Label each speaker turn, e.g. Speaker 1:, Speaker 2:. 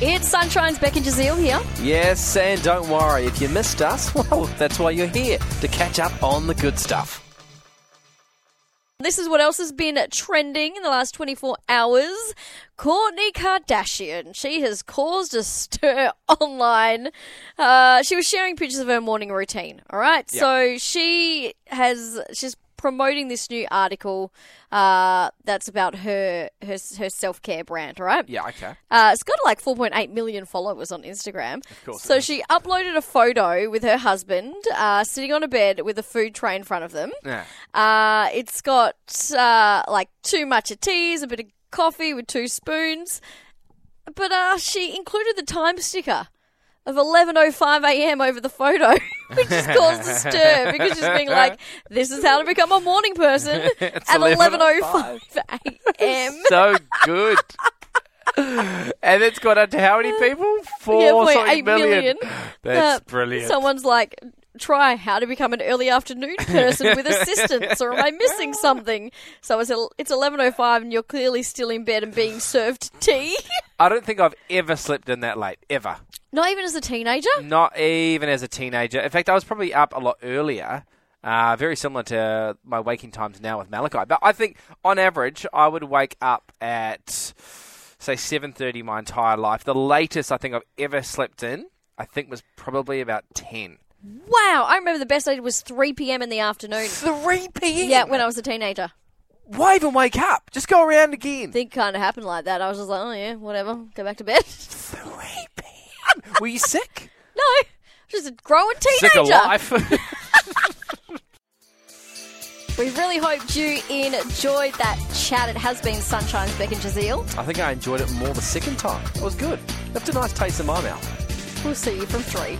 Speaker 1: It's Sunshine's Becky Jazeel here.
Speaker 2: Yes, and don't worry, if you missed us, well, that's why you're here, to catch up on the good stuff.
Speaker 1: This is what else has been trending in the last 24 hours. Kourtney Kardashian. She has caused a stir online. Uh, she was sharing pictures of her morning routine. All right.
Speaker 2: Yeah.
Speaker 1: So she has, she's promoting this new article, uh, that's about her, her, her self care brand. All right.
Speaker 2: Yeah, okay.
Speaker 1: Uh, it's got like 4.8 million followers on Instagram. Of
Speaker 2: course it
Speaker 1: So
Speaker 2: has.
Speaker 1: she uploaded a photo with her husband uh, sitting on a bed with a food tray in front of them.
Speaker 2: Yeah.
Speaker 1: Uh, it's got uh, like two matcha teas, a bit of coffee with two spoons, but uh, she included the time sticker of 11:05 a.m. over the photo, which has caused a stir because she's being like, "This is how to become a morning person at 11:05 a.m."
Speaker 2: So good. and it's got up to how many people? Four
Speaker 1: Yeah, point
Speaker 2: something
Speaker 1: eight million.
Speaker 2: That's
Speaker 1: Uh,
Speaker 2: brilliant.
Speaker 1: Someone's like, try how to become an early afternoon person with assistance, or am I missing something? So it's el- it's eleven oh five, and you're clearly still in bed and being served tea.
Speaker 2: I don't think I've ever slept in that late, ever.
Speaker 1: Not even as a teenager.
Speaker 2: Not even as a teenager. In fact, I was probably up a lot earlier. Uh, very similar to my waking times now with Malachi, but I think on average I would wake up at say seven thirty my entire life. The latest I think I've ever slept in, I think, was probably about ten.
Speaker 1: Wow, I remember the best I did was three p.m. in the afternoon.
Speaker 2: Three p.m.
Speaker 1: Yeah, when I was a teenager,
Speaker 2: why even wake up? Just go around again.
Speaker 1: thing kind of happened like that. I was just like, oh yeah, whatever, go back to bed.
Speaker 2: Three p.m. Were you sick?
Speaker 1: no, just a growing teenager.
Speaker 2: Sick of life.
Speaker 1: We really hoped you enjoyed that chat. It has been Sunshine's Beck and Jazeel.
Speaker 2: I think I enjoyed it more the second time. It was good. Left a nice taste in my mouth.
Speaker 1: We'll see you from three.